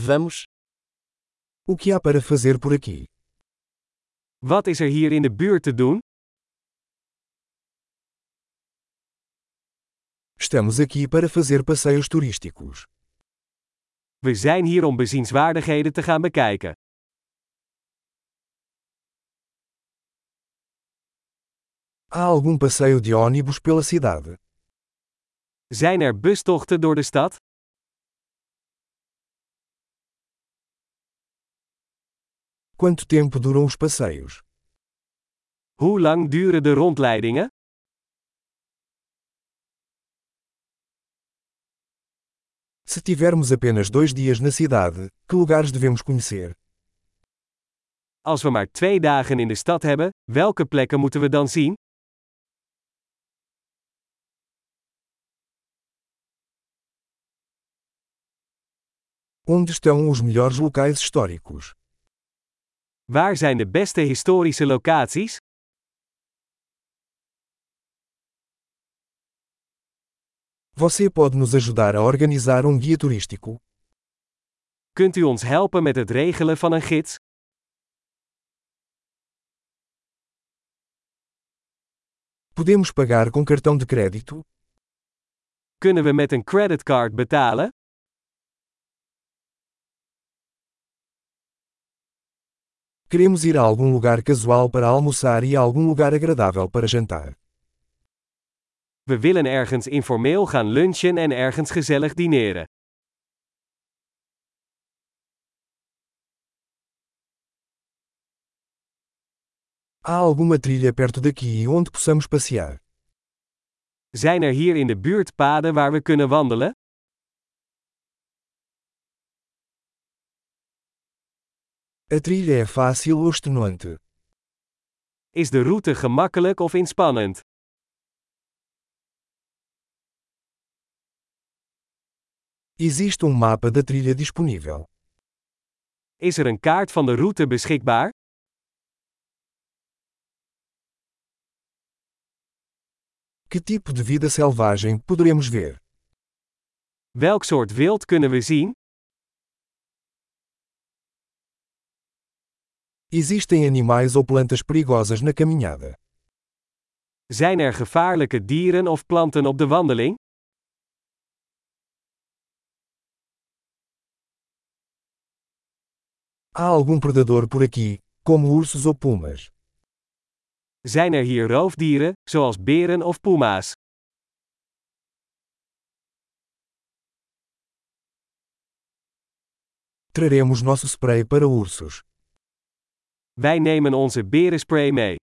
Vamos. O que há para fazer por aqui? Wat is er hier in de buurt te doen? Estamos aqui para fazer passeios turísticos. We zijn hier om bezienswaardigheden te gaan bekijken. Há algum passeio de ônibus pela cidade? Zijn er bustochten door de stad? Quanto tempo duram os passeios? Hoe lang duren de rondleidingen? Se tivermos apenas dois dias na cidade, que lugares devemos conhecer? Als we maar twee dagen in de stad hebben, welke plekken moeten we dan zien? Onde estão os melhores locais históricos? Waar zijn de beste historische locaties? Você pode nos ajudar a organizar um guia turístico? Kunt u ons helpen met het regelen van een gids? Podemos pagar com cartão de crédito? Kunnen we met een creditcard betalen? Queremos ir a algum lugar casual para almoçar e a algum lugar agradável para jantar. We willen ergens informeel gaan lunchen en ergens gezellig dineren. Há alguma trilha perto daqui onde possamos passear? Zijn er hier in de buurt paden waar we kunnen wandelen? A trilha é fácil ou extenuante? Is de route gemakkelijk of inspannend? Existe um mapa da trilha disponível. Is er een kaart van de route beschikbaar? Que tipo de vida selvagem poderemos ver? Welk soort wild kunnen we zien? Existem animais ou plantas perigosas na caminhada? Zijn er gevaarlijke dieren of planten op de wandeling? Há algum predador por aqui, como ursos ou pumas? Zijn er hier roofdieren, zoals beren of puma's? Traremos nosso spray para ursos. Wij nemen onze berenspray mee.